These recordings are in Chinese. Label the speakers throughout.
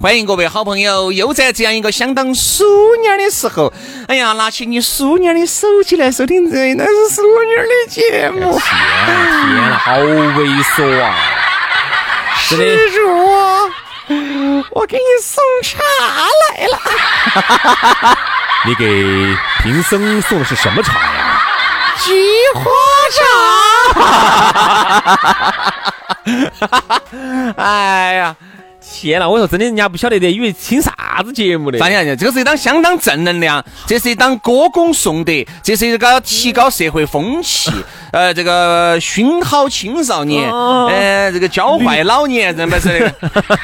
Speaker 1: 欢迎各位好朋友，又在这样一个相当淑女儿的时候，哎呀，拿起你淑女儿的手机来收听这那是淑女儿的节目，哎
Speaker 2: 天呐，好猥琐啊！真的，
Speaker 1: 是我，啊我给你送茶来了。
Speaker 2: 你给贫僧送的是什么茶呀？
Speaker 1: 菊花茶。哎呀，
Speaker 2: 天啊呐，我说真的，人家不晓得的，以为听啥子节目的。
Speaker 1: 发现没有？这个是一档相当正能量，这是一档歌功颂德，这是一个提高社会风 气，呃，这个熏好青少年，
Speaker 2: 哦
Speaker 1: 呃，这个教坏老年人，不是那个。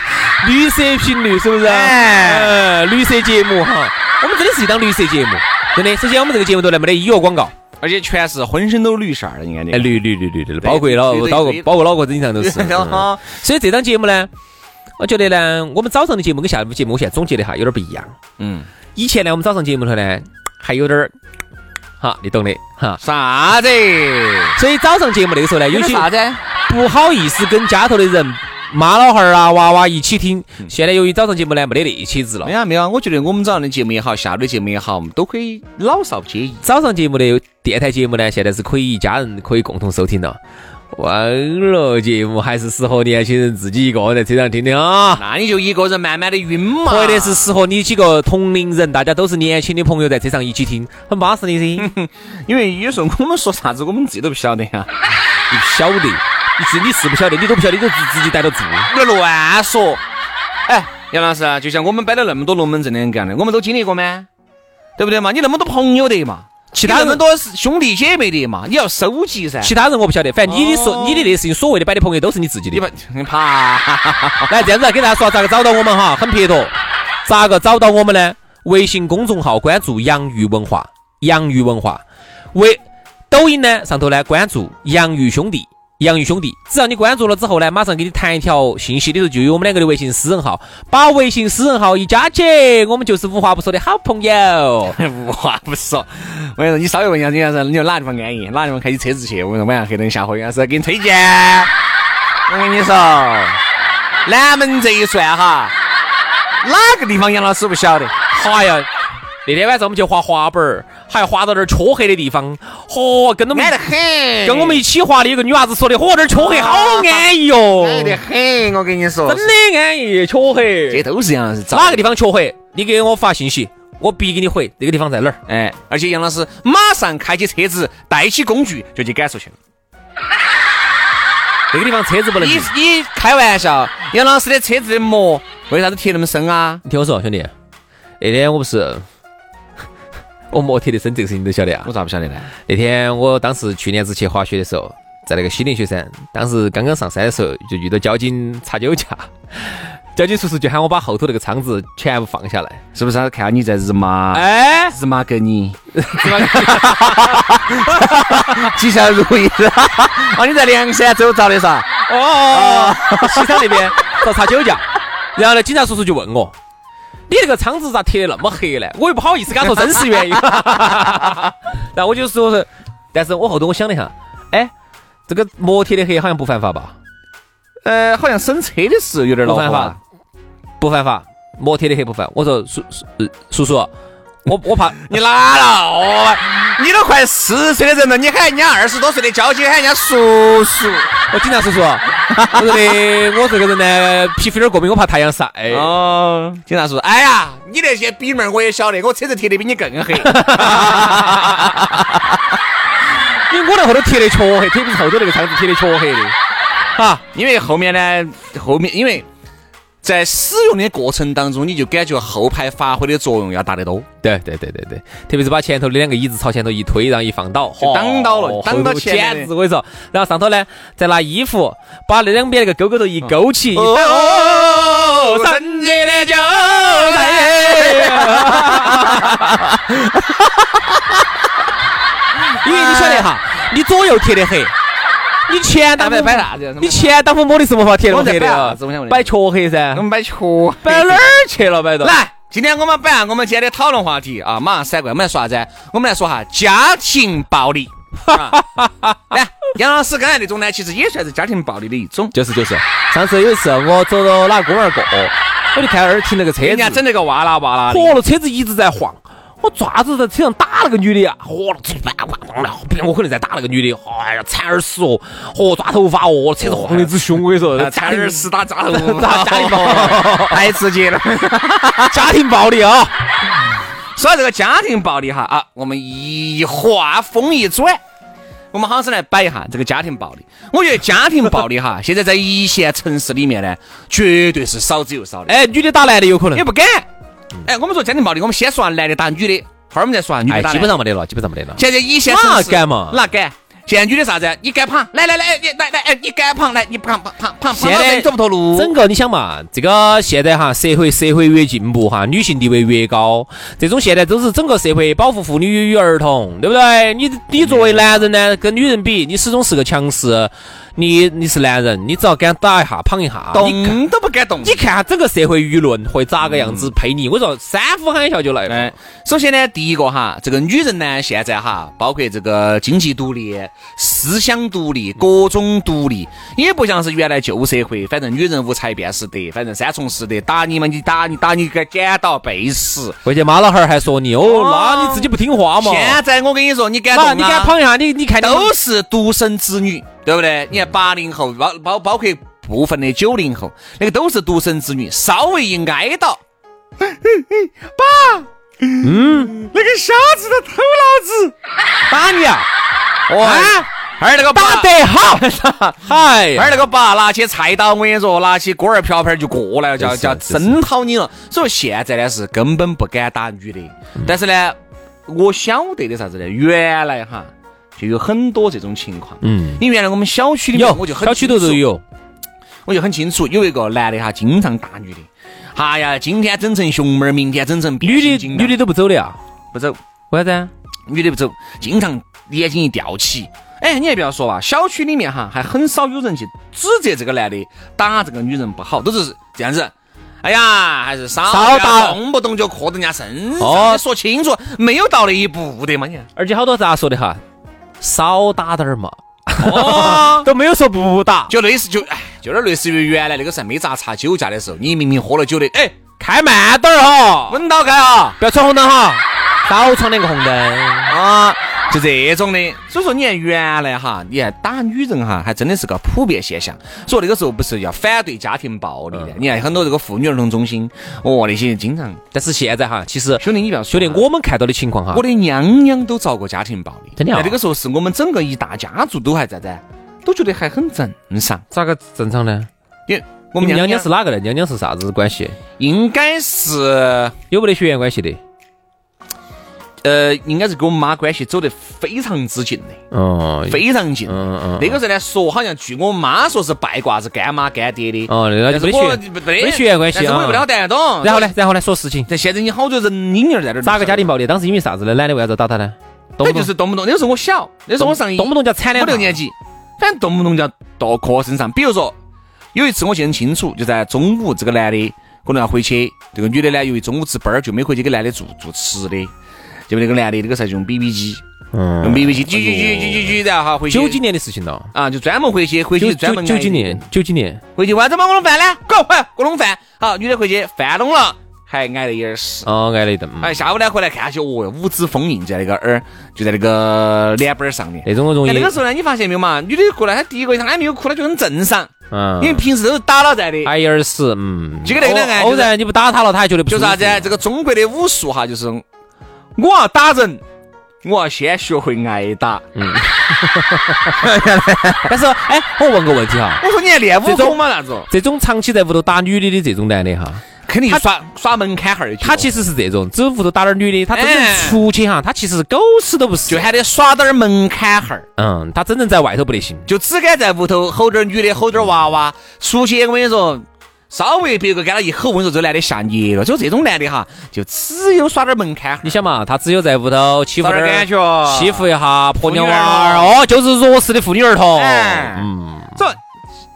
Speaker 2: 绿色频率是不是？
Speaker 1: 哎
Speaker 2: 呃，绿色节目哈，我们真的是一档绿色节目，真的。首先，我们这个节目都来没得医药广告，
Speaker 1: 而且全是浑身都绿色儿的，应该
Speaker 2: 哎，
Speaker 1: 那个。
Speaker 2: 绿绿绿绿的，包括老
Speaker 1: 对对
Speaker 2: 包括
Speaker 1: 对
Speaker 2: 包括脑壳子以上 都是。 嗯
Speaker 1: 哈，
Speaker 2: 所以这档节目呢，我觉得呢，我们早上的节目跟下午的节目，我现在总结了一下，有点不一样。
Speaker 1: 嗯，
Speaker 2: 以前呢，我们早上节目头呢，还有点儿，哈，你懂的哈。
Speaker 1: 啥子？
Speaker 2: 所以早上节目那个时候呢，
Speaker 1: 有
Speaker 2: 有
Speaker 1: 点
Speaker 2: 些
Speaker 1: 啥子？
Speaker 2: 不好意思跟家头的人、妈老汉儿啊、娃娃一起听。现在由于早上节目呢，没得那些子了
Speaker 1: 嗯没。有没有，我觉得我们早上的节目也好，下午的节目也好，我们都可以老少皆宜。
Speaker 2: 早上节目的电台节目呢，现在是可以一家人可以共同收听了。网络节目还是适合年轻人自己一个人在车上听的啊，
Speaker 1: 那你就一个人慢慢的晕嘛。
Speaker 2: 或者是适合你几个同龄人，大家都是年轻的朋友在车上一起听，很巴适的 噻。
Speaker 1: 因为有时候我们说啥子，我们自己都不晓得啊呀、
Speaker 2: 你不晓得，你自你是不晓得，你都不晓得，你都自自己逮到住。
Speaker 1: 别乱啊说。哎，杨老师啊，就像我们摆了那么多龙门阵的人干的，我们都经历过吗？对不对嘛？你那么多朋友的嘛，其
Speaker 2: 他
Speaker 1: 那
Speaker 2: 人
Speaker 1: 么多兄弟姐妹的嘛，你要收集噻。
Speaker 2: 其他人我不晓得，反正你的
Speaker 1: 哦
Speaker 2: 说你的那事情，所谓的摆的朋友都是你自己的
Speaker 1: 你。怕你怕？
Speaker 2: 来，这样子来给大家说咋个找到我们哈，很撇脱。咋个找到我们呢？微信公众号关注“洋芋文化”，洋芋文化。微抖音呢上头呢关注“洋芋兄弟”，洋芋兄弟。只要你关注了之后呢，马上给你弹一条信息，里头就有我们两个的微信私人号，把微信私人号一加起，我们就是无话不说的好朋友。
Speaker 1: 无话不说，我跟你说，你稍微问一下人家是，你就哪地方安逸，哪地方开起车子去？我跟你说，晚上黑灯瞎火，杨老啊师给你推荐。我跟你说，南门这一串哈，哪个地方杨老师不晓得？
Speaker 2: 哎呀，那天晚上我们去滑滑板儿，还滑到点儿黢黑的地方，嚯、跟他们
Speaker 1: 安得很，
Speaker 2: 跟我们一起滑的一个女娃子说的，嚯，这儿黢黑哎啊好安逸哦。
Speaker 1: 安得很。我跟你说，
Speaker 2: 真的安逸，黢
Speaker 1: 这
Speaker 2: 黑。
Speaker 1: 都是杨老师找的
Speaker 2: 哪个地方黢黑？你给我发信息，我必给你回那个地方在哪儿。
Speaker 1: 哎，而且杨老师马上开起车子，带起工具就去赶出去了。
Speaker 2: 那个地方车子不能
Speaker 1: 你
Speaker 2: 进。
Speaker 1: 你开玩笑，杨老师的车子的膜为啥子贴那么深啊？
Speaker 2: 你听我说，兄弟，那天我不是 我摩铁的身这个事情你都晓得啊
Speaker 1: 我。咋不晓得呢？
Speaker 2: 那天我当时去年子去滑雪的时候，在那个西岭雪山，当时刚刚上山的时候就遇到交警查酒驾，交警叔叔就喊我把后头那个仓子全部放下来。
Speaker 1: 是不是他看到你在日麻？
Speaker 2: 哎，
Speaker 1: 日麻跟你，吉祥如意。 哦，你在梁山走遭的噻？
Speaker 2: 哦，西昌那边到查酒驾，然后呢，警察叔叔就问我。你那个窗子咋贴的那么黑呢？我又不好意思跟他说真实原因，然后我就说是，但是我后头我想了一下，哎，这个膜贴的黑好像不犯法吧？
Speaker 1: 呃，好像审车的时候有点恼
Speaker 2: 不
Speaker 1: 火
Speaker 2: 犯
Speaker 1: 啊
Speaker 2: 法。，不犯法，膜贴的黑不犯。我说叔叔呃叔叔，我我怕
Speaker 1: 你哪闹啊？你都快四十岁的人了，你喊人家二十多岁的交警喊人家叔叔，
Speaker 2: 我警察叔叔，我觉得我这个人呢，皮肤有点过敏，我怕太阳晒。
Speaker 1: 哦，警察叔，哎呀，你那些逼门儿我也晓得，我车子贴的比你更黑。
Speaker 2: 因为我那后头贴的黢黑，贴后头那个窗子贴的黢黑的。
Speaker 1: 啊，因为后面呢，后面因为在使用的过程当中，你就感觉后排发挥的作用要大得多。
Speaker 2: 对对对对对，特别是把前头的两个椅子朝前头一推，然后一放倒，
Speaker 1: 就挡到了
Speaker 2: 哦
Speaker 1: 挡到
Speaker 2: 后头
Speaker 1: 前面
Speaker 2: 简直我跟你说。然后上头呢，再拿衣服把那两边那个沟沟头一勾起，
Speaker 1: 哦，三姐的酒
Speaker 2: 哦 因为你晓得哈，你左右贴的黑，你前挡风
Speaker 1: 摆啥子呀
Speaker 2: 你前挡风玻璃是没法贴那么
Speaker 1: 我在
Speaker 2: 黑的
Speaker 1: 摆啥
Speaker 2: 啊
Speaker 1: 子我想问，嗯你
Speaker 2: 摆黢黑噻
Speaker 1: 我，们摆球，
Speaker 2: 摆哪儿去了摆到？
Speaker 1: 来，今天我们摆下我们今天的讨论话题啊，马上闪过来，我们来说啥子？我们来说哈家庭暴力。啊来，杨老师刚才那种呢，其实也算是家庭暴力的一种。哎
Speaker 2: 就是就是，上次有一次我走到哪个公园儿过，我就看那儿停了个车
Speaker 1: 人
Speaker 2: 子
Speaker 1: 家，整那个哇啦哇啦的，
Speaker 2: 嚯，那车子一直在晃。我爪子在车上打那个女的啊，嚯，我可能在打那个女的，哎呀，惨耳屎哦，嚯，抓头发哦，车子晃哎的之凶，我跟你说，
Speaker 1: 差点儿死打扎头，
Speaker 2: 打家庭暴 力
Speaker 1: 太刺激了。
Speaker 2: 家庭暴力啊！
Speaker 1: 说到这个家庭暴力哈啊，我们一话锋一转，我们好生来摆一下这个家庭暴力。我觉得家庭暴力哈，现在在一线城市里面呢，绝对是少之又少的，
Speaker 2: 哎，女的打男的有可能
Speaker 1: 也，不敢。哎，我们说家庭暴力，我们先说下男的打女的，后儿我们再说下女的
Speaker 2: 哎，
Speaker 1: 打
Speaker 2: 基
Speaker 1: 男
Speaker 2: 本上没
Speaker 1: 的。
Speaker 2: 得了，基本上没得了。
Speaker 1: 现在一线城市
Speaker 2: 那敢嘛
Speaker 1: 那敢。现在女的啥子？你敢胖？来来来，你来来，哎，你敢胖？来，你胖胖胖胖
Speaker 2: 现
Speaker 1: 胖到这
Speaker 2: 在
Speaker 1: 你走不脱路。
Speaker 2: 整个你想嘛，这个现在哈，社会社会越进步哈，女性地位越高，这种现在都是整个社会保护妇女与儿童，对不对？你你作为男人呢，跟女人比，你始终是个强势，你你是男人，你只要敢打一下、胖一下，你看
Speaker 1: 动都不敢动。
Speaker 2: 你看下整个社会舆论会咋个样子配你？我说三呼喊一下就来了
Speaker 1: 哎。，首先呢，第一个哈，这个女人呢，现在哈，包括这个经济独立、思想独立、各种独立，也不像是原来旧社会，反正女人无才便是德，反正三从四德，打你嘛，你打你打你个赶到背死。
Speaker 2: 回去妈老汉儿还说你哦，那
Speaker 1: 哦
Speaker 2: 你自己不听话嘛？
Speaker 1: 现在我跟你说，你敢动
Speaker 2: 那
Speaker 1: 啊？
Speaker 2: 你敢胖一下？你你看你
Speaker 1: 都是独生子女，对不对？你看八零后，包包包括部分的九零后，那个都是独生子女，稍微一挨到，爸，嗯，那个瞎子他偷老子，
Speaker 2: 打你啊！
Speaker 1: 哇、二那个爸
Speaker 2: 打得好！ 哎呀
Speaker 1: 二那个爸拿起菜刀，我跟你说，拿起锅儿瓢盆儿就过来了，叫
Speaker 2: 真是
Speaker 1: 叫
Speaker 2: 真是
Speaker 1: 征讨你了。所以现在呢是根本不敢打女的，但是呢，我晓得的啥子呢？原来哈就有很多这种情况。
Speaker 2: 嗯
Speaker 1: 你原来我们小区里面我就很
Speaker 2: 小区头
Speaker 1: 清
Speaker 2: 都
Speaker 1: 楚，
Speaker 2: 有，
Speaker 1: 我就很清楚，有一个男的哈，经常打女的。哎呀，今天整成熊猫儿，明天整成变
Speaker 2: 女
Speaker 1: 形
Speaker 2: 的
Speaker 1: 金
Speaker 2: 女
Speaker 1: 刚
Speaker 2: 的都不走的啊？
Speaker 1: 不走，
Speaker 2: 为啥子？
Speaker 1: 女的不走，经常眼睛一吊起。哎，你还不要说吧，小区里面哈还很少有人去指责这个男的打这个女人不好，都是这样子。哎呀，还是少
Speaker 2: 少打
Speaker 1: 打，动不动就磕人家身上，
Speaker 2: 哦
Speaker 1: 你说清楚，没有到那一步的嘛你。
Speaker 2: 而且好多咋说的哈？少打点儿嘛，
Speaker 1: 哦，
Speaker 2: 都没有说不打，
Speaker 1: 就类似就哎，就有点类似于原来那个时候没咋查酒驾的时候，你明明喝了酒的，哎，
Speaker 2: 开慢点儿哈，
Speaker 1: 稳到开啊
Speaker 2: 不要闯红灯哈，少闯两个红灯。
Speaker 1: 啊，就这种的。所以说，你看原来哈，你看打女人哈，还真的是个普遍现象。所以那个时候不是要反对家庭暴力
Speaker 2: 嗯
Speaker 1: 的？你看很多这个妇女儿童中心，哦，那些经常，
Speaker 2: 但是现在哈，其实
Speaker 1: 兄弟你不要说
Speaker 2: 兄
Speaker 1: 啊
Speaker 2: 弟，我们看到的情况哈
Speaker 1: 我，的娘娘都遭过家庭暴力，
Speaker 2: 真的啊
Speaker 1: 在那个时候是我们整个一大家族都还在在，都觉得还很正常。
Speaker 2: 咋个正常呢？
Speaker 1: 因为我
Speaker 2: 我
Speaker 1: 们
Speaker 2: 们
Speaker 1: 娘
Speaker 2: 娘娘是哪个呢？娘娘是啥子关系？
Speaker 1: 应该是
Speaker 2: 有没得血缘关系的？
Speaker 1: 呃，应该是跟我妈关系走得非常之近的。
Speaker 2: 哦，
Speaker 1: 非常近。
Speaker 2: 嗯嗯嗯
Speaker 1: 那个时候呢，说好像据我妈说是拜卦是干妈干爹的。
Speaker 2: 哦那就
Speaker 1: 但是
Speaker 2: 没
Speaker 1: 我
Speaker 2: 血
Speaker 1: 不
Speaker 2: 没血缘关系
Speaker 1: 但是我
Speaker 2: 啊
Speaker 1: 又不了得懂。
Speaker 2: 然后呢？然后呢？说事情，
Speaker 1: 但现在你好多人婴儿在这儿
Speaker 2: 咋个家庭暴力？当时因为啥子呢？男的为啥子打他呢？动
Speaker 1: 那
Speaker 2: 不
Speaker 1: 就
Speaker 2: 动
Speaker 1: 是动不动，那时候我小，那时候我上一
Speaker 2: 动不动就要铲两
Speaker 1: 五
Speaker 2: 下
Speaker 1: 六年级，反正动不动就要剁壳身上。比如说有一次我记得很清楚，就在中午，这个男的可能要回去，这个女的呢，由于中午值班儿就没回去给男的做做吃的，结果那个男的那个时候就用 BB 机，用
Speaker 2: 嗯，
Speaker 1: BB 机，叽叽叽叽叽叽，然后哈回去
Speaker 2: 九几年的事情了，
Speaker 1: 啊，就专门回去，回
Speaker 2: 九
Speaker 1: 去专
Speaker 2: 九
Speaker 1: 门
Speaker 2: 九
Speaker 1: 挨
Speaker 2: 几
Speaker 1: 一顿
Speaker 2: 年，九几年。
Speaker 1: 回去为啥子把我弄饭呢？滚，回给我弄饭。好，女的回去饭弄了，还挨了一耳屎。
Speaker 2: 哦，挨了一顿。嗯
Speaker 1: 哎，下午呢回来看下去，哦，哟，五指封印在那个耳，就在那个脸板儿上面。
Speaker 2: 那种容易
Speaker 1: 哎，那个时候呢，你发现没有嘛？女的过来，她第一个她还没有哭，她就很正常，
Speaker 2: 嗯哎
Speaker 1: 因为平时都是打老在的。
Speaker 2: 挨一耳屎，嗯，
Speaker 1: 这个那个呢
Speaker 2: 偶
Speaker 1: 就是
Speaker 2: 然你不打他了，他还觉得不
Speaker 1: 就是啥子？啊这个中国的武术哈，就是我要打人，我要先学会挨打。
Speaker 2: 嗯 但是，哎，我问个问题哈，
Speaker 1: 我说你还练
Speaker 2: 这
Speaker 1: 武
Speaker 2: 种
Speaker 1: 功嘛？啥子？
Speaker 2: 这种长期在屋头打女的的这种男的哈，
Speaker 1: 肯定
Speaker 2: 他
Speaker 1: 耍耍门槛哈儿去。
Speaker 2: 他其实是这种，只屋头打点女的，他真正
Speaker 1: 哎
Speaker 2: 出去哈，他其实狗屎都不是，
Speaker 1: 就喊你耍点儿门槛哈儿，
Speaker 2: 嗯，他真正在外头不得行。
Speaker 1: 就只敢在屋头吼点儿女的，吼点儿娃娃。出去我跟你说，稍微别个跟他一吼，我跟你说这男的吓尿了。就这种男的哈，就只有耍点儿门槛哈
Speaker 2: 你想嘛，他只有在屋头欺负
Speaker 1: 找点
Speaker 2: 点儿
Speaker 1: 感觉
Speaker 2: 欺负一下婆娘娃儿，
Speaker 1: 妇女
Speaker 2: 哦，就是弱势的妇女儿童。
Speaker 1: 哎
Speaker 2: 嗯，
Speaker 1: 这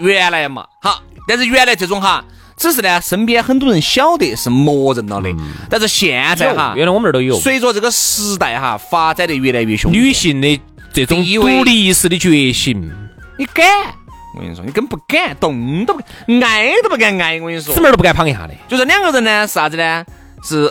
Speaker 1: 原来嘛，好，但是原来这种哈，只是呢，身边很多人晓得是默认了的，但是现在哈
Speaker 2: 嗯有，原来我们那儿都有
Speaker 1: 随着这个时代哈发展的越来越凶，
Speaker 2: 女性的这种
Speaker 1: 第一位
Speaker 2: 独立意识的觉醒，
Speaker 1: 你敢？我跟你说，你根本不敢，动都不敢，挨都不敢挨。我跟你说
Speaker 2: 姊，妹儿都不敢搪一下的。
Speaker 1: 就是两个人呢，是啥子呢？是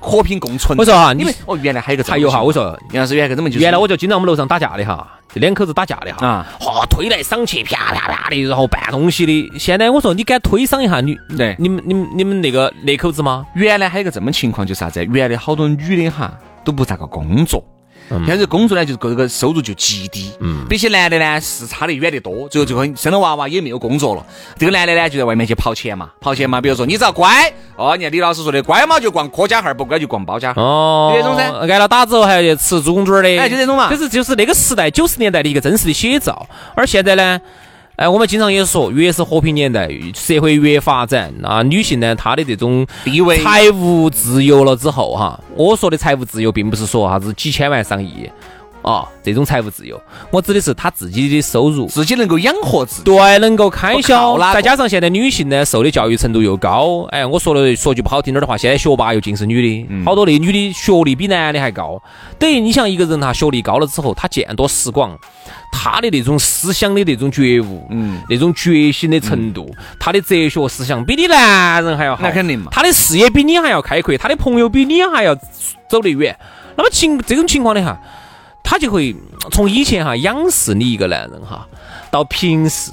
Speaker 1: 和平共存。
Speaker 2: 我说哈，你
Speaker 1: 因为哦，原来还有一个这个
Speaker 2: 还哎有哈，
Speaker 1: 东
Speaker 2: 我
Speaker 1: 西
Speaker 2: 说
Speaker 1: 原来是原来根本就是
Speaker 2: 原来我就经常我们楼上打架的哈，这两口子打架的哈，
Speaker 1: 啊
Speaker 2: 哈、推来搡去，啪啪啪的，然后搬东西的。现在我说你敢推搡一下女，
Speaker 1: 对
Speaker 2: 你们你们你们那个那口子吗？
Speaker 1: 原来还有一个这么情况，就是啥子？原来好多女的哈都不咋个工作，
Speaker 2: 嗯
Speaker 1: 现在工作呢就是个这个收入就极低，嗯，比起男的呢是差得远得多。最后最后
Speaker 2: 嗯
Speaker 1: 生了娃娃也没有工作了，这个男的呢就在外面去跑钱嘛，跑
Speaker 2: 嗯
Speaker 1: 钱嘛，比如说你只要乖哦，你看李老师说的乖嘛就逛柯家巷儿，不乖就逛包家巷儿。
Speaker 2: 哦，
Speaker 1: 就这种噻
Speaker 2: 挨了打之后还要去吃猪公嘴儿的，
Speaker 1: 哎就这种嘛
Speaker 2: 这是就是那个时代九十年代的一个真实的写照。而现在呢，哎，我们经常也说，越是和平年代，社会越发展啊，女性呢她的这种
Speaker 1: 地位
Speaker 2: 财务自由了之后哈，我说的财务自由，并不是说啥子几千万上亿啊这种财务自由，我指的是她自己的收入。
Speaker 1: 自己能够养活自己，
Speaker 2: 对，能够开销
Speaker 1: 不靠哪，个
Speaker 2: 再加上现在女性呢受的教育程度又高，哎，我说了说句不好听点儿的话，现在学霸又尽是女的，
Speaker 1: 嗯
Speaker 2: 好多那女的学历比男的还高，等于你像一个人哈，学历高了之后，他见多识广，他的那种思想的那种觉悟，嗯，那种觉醒的程度，他的哲学思想比你男人还要好，
Speaker 1: 嗯那肯定嘛
Speaker 2: 他的视野比你还要开阔，他的朋友比你还要走得远，那么情这种情况的哈。他就会从以前哈仰视你一个男人哈，到平视，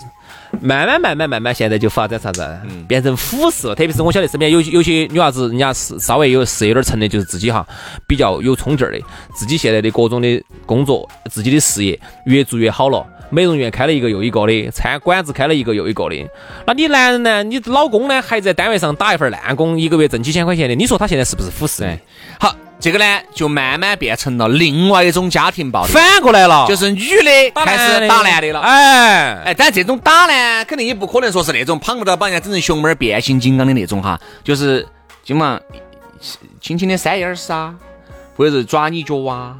Speaker 2: 慢慢慢慢慢慢，现在就发展啥子啊，变成俯视了。特别是我晓得身边有有些女娃子，人家是稍微有是有点儿成的，就是自己哈比较有冲劲儿的，自己现在的各种的工作，自己的事业越做越好了。美容院开了一个又一个的，餐馆子开了一个又一个的。那你男人呢？你老公呢？还在单位上打一份烂工，一个月挣几千块钱的，你说他现在是不是俯视你？
Speaker 1: 好，这个呢就慢慢变成了另外一种家庭暴力，啊
Speaker 2: 反过来了，
Speaker 1: 就是女的
Speaker 2: 打
Speaker 1: 开
Speaker 2: 男
Speaker 1: 始
Speaker 2: 的
Speaker 1: 打男的了。
Speaker 2: 哎，
Speaker 1: 哎，但这种打呢，肯定也不可能说是那种胖不到把人家整成熊猫儿变形金刚的那种哈，就是就嘛，轻轻的扇眼儿屎啊，或者是抓你脚啊，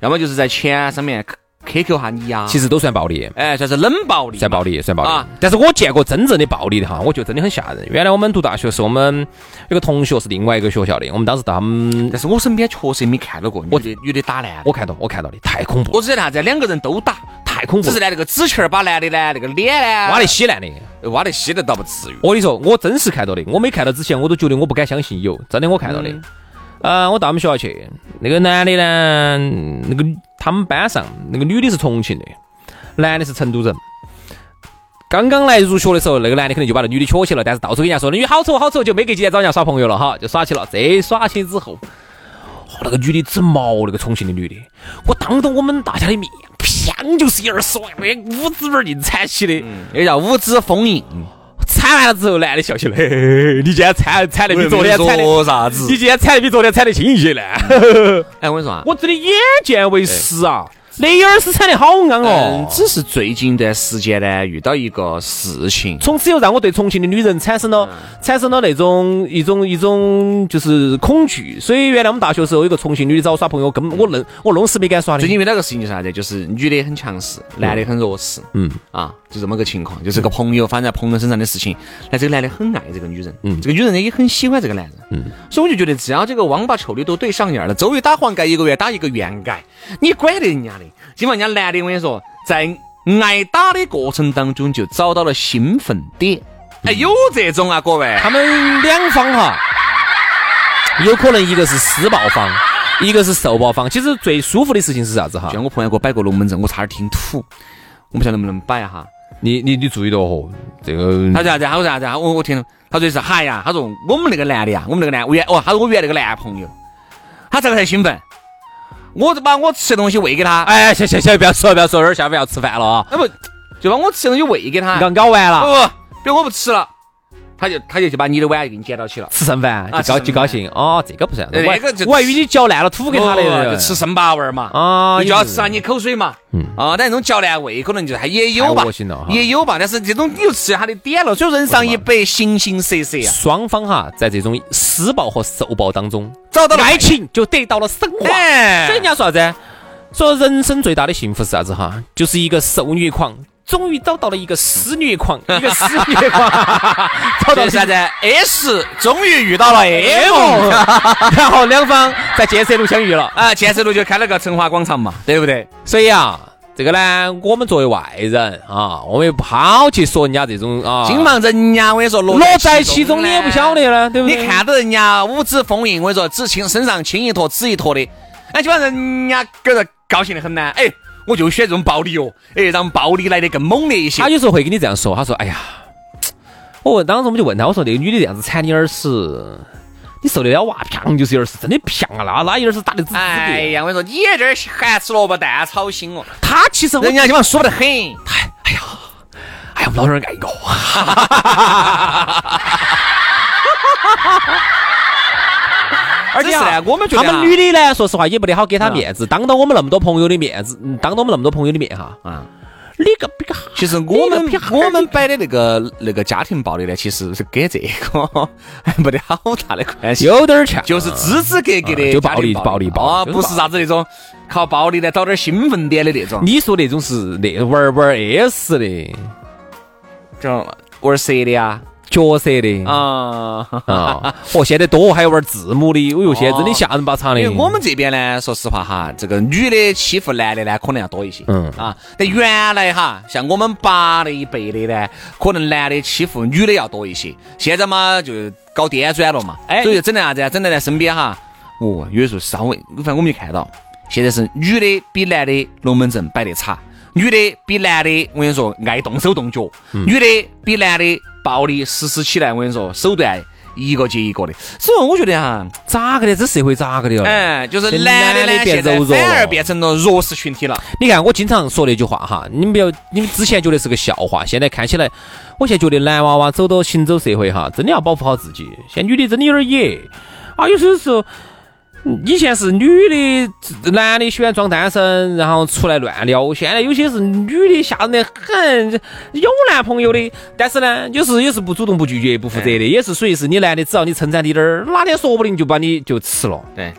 Speaker 1: 要么就是在钱上面磕磕扣下你呀、啊
Speaker 2: 其实都算暴力。
Speaker 1: 哎，算是冷暴力嘛，
Speaker 2: 算暴力，算暴力。
Speaker 1: 啊
Speaker 2: 但是我见过真正的暴力的哈，我觉得真的很吓人。原来我们读大学是我们有个同学是另外一个学校的，我们当时到他们，
Speaker 1: 但是我身边确实也没看到过女的女的打男的，
Speaker 2: 我看到我看到的太恐怖
Speaker 1: 我
Speaker 2: 了，
Speaker 1: 只晓得啥子，两个人都打，
Speaker 2: 太恐怖
Speaker 1: 只是
Speaker 2: 了，
Speaker 1: 呢那个纸钱儿把男的呢那个脸呢
Speaker 2: 挖得稀烂的。
Speaker 1: 得挖得稀的倒不至于。
Speaker 2: 我跟你说，我真实看到的，我没看到之前我都觉得我不敢相信有，真的我看到的。呃，我到他们学校去，那个男的呢，那个他们班上那个女的是重庆的，男的是成都人。刚刚来入学的时候，那个男的可能就把那女的娶去了，但是到处跟人家说那女好丑好丑，就没隔几天找人家耍朋友了哈，就耍起了。这耍起之后，哦，那个女的整毛，那个重庆的女的，我当着我们大家的面，砰就是一耳屎，那五指门儿硬铲起的。
Speaker 1: 也叫五指封印，
Speaker 2: 铲完了之后，男的笑起来， 嘿嘿嘿你今天铲铲的比昨天铲的，
Speaker 1: 说啥子
Speaker 2: 你今天铲的比昨天铲的轻一些呢。
Speaker 1: 哎，我跟你说 啊，
Speaker 2: 我真的眼见为实啊，那眼儿屎铲的好肮
Speaker 1: 嗯
Speaker 2: 哦，。
Speaker 1: 只是最近一段时间呢，遇到一个事情，
Speaker 2: 从此又让我对重庆的女人产生了产生了那种一种一种就是恐惧，所以原来我们大学时候有个重庆女的找我耍朋友，根本我愣我弄死没敢耍的。
Speaker 1: 最近遇到个事情就是啥子，就是女的很强势，男的很弱势，
Speaker 2: 嗯
Speaker 1: 啊，就这么个情况，就是个朋友发生在朋友身上的事情。那这个男的很爱这个女人，嗯，这个女人呢也很喜欢这个男人，嗯，所以我就觉得只要这个王八臭的都对上眼儿了，周瑜打黄盖一个月打一个圆盖，你管得人家的？起码人家男的，我跟你说，在挨打的过程当中就找到了兴奋点。哎，有这种啊，各位，
Speaker 2: 他们两方哈，有可能一个是施暴方，一个是受暴方。其实最舒服的事情是啥子哈
Speaker 1: 就？像我朋友给我摆过龙门阵，我差点听吐，我不晓得能不能摆一下。
Speaker 2: 你你你注意到哦，这个
Speaker 1: 他说啥子？他说啥子？我我听了，他说是嗨呀，他说我们那个男的呀，我们那个男我原哦，他说我原来那个男朋友，他这个才兴奋，我就把我吃的东西喂给他，哎，
Speaker 2: 哎，行行行，不要说了不要说了，一会儿下午要吃饭了啊！
Speaker 1: 那不就把我吃的东西喂给他，
Speaker 2: 刚啊搞完
Speaker 1: 不
Speaker 2: 了，
Speaker 1: 不，比如我不吃了，他就他就就把你的碗给你捡到起了。
Speaker 2: 吃剩饭就
Speaker 1: 啊
Speaker 2: 高
Speaker 1: 吃剩饭
Speaker 2: 就高兴哦，这个不算，
Speaker 1: 哎
Speaker 2: 我还
Speaker 1: 那个就
Speaker 2: 我还以为你嚼烂了吐给他
Speaker 1: 哦
Speaker 2: 的，
Speaker 1: 就吃生八碗嘛，
Speaker 2: 啊
Speaker 1: 你就要
Speaker 2: 也是
Speaker 1: 吃下你口水嘛，
Speaker 2: 嗯
Speaker 1: 啊，但那种嚼烂胃可能就还也有吧
Speaker 2: 太恶心了哈，
Speaker 1: 也有吧，但是这种你又吃他的点了，所以人上一百，形形色色呀，
Speaker 2: 双方哈，在这种施暴和受暴当中，
Speaker 1: 找啊到了
Speaker 2: 爱情就得到了升华。
Speaker 1: 哎
Speaker 2: 所以人家说啥子？说人生最大的幸福是啥子哈？就是一个受虐狂，终于找到了一个施虐狂，一个施虐 狂，找到
Speaker 1: 这
Speaker 2: 了
Speaker 1: 是啥子？S 终于遇到了 M
Speaker 2: M，然 后两方在建设路相遇了。
Speaker 1: 啊，建设路就开了个成华广场嘛，对不对？
Speaker 2: 所以啊，这个呢，我们作为外人啊，我们也不好去说人家这种啊，
Speaker 1: 经常人家我跟你说，乐
Speaker 2: 乐在其中，你也不晓得呢，对不
Speaker 1: 你
Speaker 2: 对？
Speaker 1: 看到人家五指丰盈，我跟你说，只轻身上轻一坨紫一坨的，那基本上人家给人高兴的很呢。哎，我就选这种暴力哦，哎，让暴力来得更猛烈一些
Speaker 2: 他。有时候会跟你这样说，他说：“哎呀，我问当时我们就问他，我说那个女的这样子踩你耳屎，你受得了哇？啪就是一耳屎，真的啪啊，那那一耳屎打得直直
Speaker 1: 哎
Speaker 2: 的。
Speaker 1: 呀，我跟你说，你这儿还吃萝卜蛋操心哦，
Speaker 2: 他其实我
Speaker 1: 人家基本上舒服得很。
Speaker 2: 哎呀，我们老人爱我，
Speaker 1: 而且
Speaker 2: 啊
Speaker 1: 呢，我们觉
Speaker 2: 他
Speaker 1: 得啊
Speaker 2: 们女的呢，说实话也不得好给他面子，当着我们那么多朋友的面子，嗯当着我们那么多朋友的面哈，
Speaker 1: 啊，
Speaker 2: 你个逼个哈，
Speaker 1: 其实我们
Speaker 2: 哎那个啪
Speaker 1: 我们摆的那个那个家庭暴力呢，其实是跟这个 还没得好大的关系。
Speaker 2: 有点儿呛，
Speaker 1: 就是支支格格
Speaker 2: 啊
Speaker 1: 的
Speaker 2: 就
Speaker 1: 家庭
Speaker 2: 暴力暴力暴力
Speaker 1: 啊，
Speaker 2: 就是
Speaker 1: 不是啥子那种靠暴力来找点兴奋点的那种，
Speaker 2: 你说那种是那玩玩 S 的
Speaker 1: 这种玩蛇的呀，
Speaker 2: 角色的啊。
Speaker 1: 啊，
Speaker 2: 哦，现在多还有玩字母的，哎呦，现在真的吓人巴场的。
Speaker 1: 因为我们这边呢，说实话哈，这个女的欺负男的呢，可能要多一些，
Speaker 2: 嗯
Speaker 1: 啊，但原来哈，像我们爸那一辈的呢，可能男的欺负女的要多一些，现在嘛就搞颠转了嘛，
Speaker 2: 哎
Speaker 1: 所以就整的啥子啊？整的在身边哈，哦，有时候稍微，反正我们就看到，现在是女的比男的龙门阵摆得差，女的比男的，我跟你说爱动手动脚，女的比男的暴力实施起来，我跟你说手段一个接一个的，所以我觉得哈。
Speaker 2: 咋个的？这社会咋个的了？
Speaker 1: 哎，就是
Speaker 2: 这
Speaker 1: 男的
Speaker 2: 男的
Speaker 1: 呢，
Speaker 2: 变哦
Speaker 1: 现在
Speaker 2: 柔弱
Speaker 1: 反而
Speaker 2: 了
Speaker 1: 变成了弱势群体了。
Speaker 2: 你看，我经常说那句话哈，你们不要，你们之前觉得是个笑话，现在看起来，我现在觉得男娃娃走到行走社会哈，真的要保护好自己。现在女的真的有点野啊，有些时候。嗯以前是女的，男的喜欢装单身，然后出来乱撩。现在有些是女的吓人得很，有男朋友的，但是呢，有时也是不主动、不拒绝、不负责的，也是属于是你男的，只要你称赞你点儿，哪天说不定就把你就吃了。
Speaker 1: 对，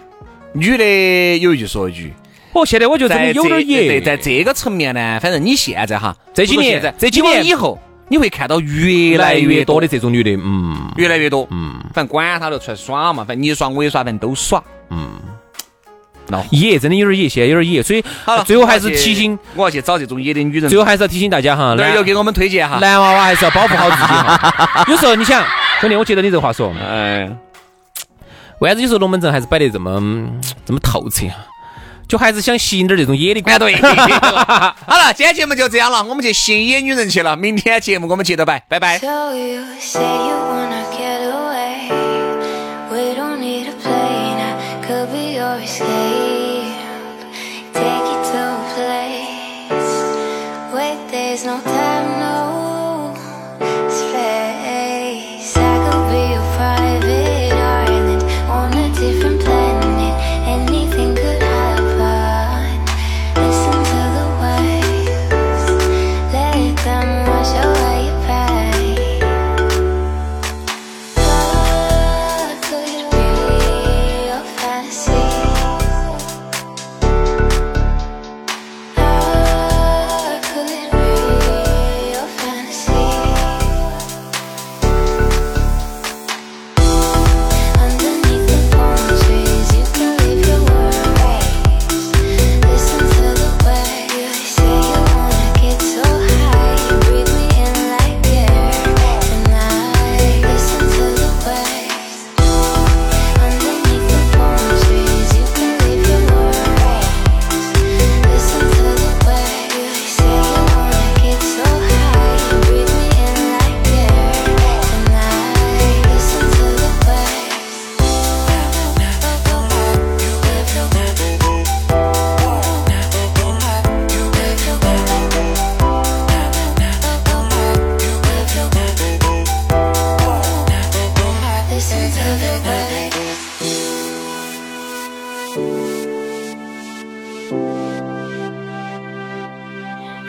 Speaker 1: 女的有一句说一句，
Speaker 2: 哦，现在我觉得真
Speaker 1: 在
Speaker 2: 的有
Speaker 1: 这
Speaker 2: 点野。
Speaker 1: 对，在这个层面呢，反正你现在哈，
Speaker 2: 这几
Speaker 1: 不说
Speaker 2: 年
Speaker 1: 现在
Speaker 2: 这几年
Speaker 1: 你往以后，你会看到越
Speaker 2: 越来
Speaker 1: 来越
Speaker 2: 越
Speaker 1: 多
Speaker 2: 多
Speaker 1: 的
Speaker 2: 的，这种女的，嗯。
Speaker 1: 越来越多。嗯，反正管他了，出来耍嘛，反正你耍我也耍，反正都耍。
Speaker 2: 野真的有点野，现在有点野，所以
Speaker 1: 好了，
Speaker 2: 最后还是提醒，
Speaker 1: 我要去，我要去找这种野的女人。
Speaker 2: 最后还是要提醒大家哈，
Speaker 1: 哪儿
Speaker 2: 男
Speaker 1: 有给我们推荐哈？
Speaker 2: 男娃娃还是要保护好自己哈。 有时候你想，兄弟，我接到你这话说，
Speaker 1: 哎，
Speaker 2: 为啥子有时候龙门阵还是摆得这么嗯这么透彻啊？就还是想吸引点这种野的
Speaker 1: 哎对。 好了，今天节目就这样了，我们去吸引野女人去了。明天节目我们接着摆，拜拜。
Speaker 3: So you say you wanna get away. We don't need a plane, I could be your escape. Take you to a place where there's no time, no space. I could be your private island on a different planet. Anything could happen. Listen to the waves, let them wash away your pain. What could be your fantasy? What could be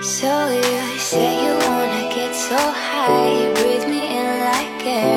Speaker 3: So you say you wanna get so high, you breathe me in like air.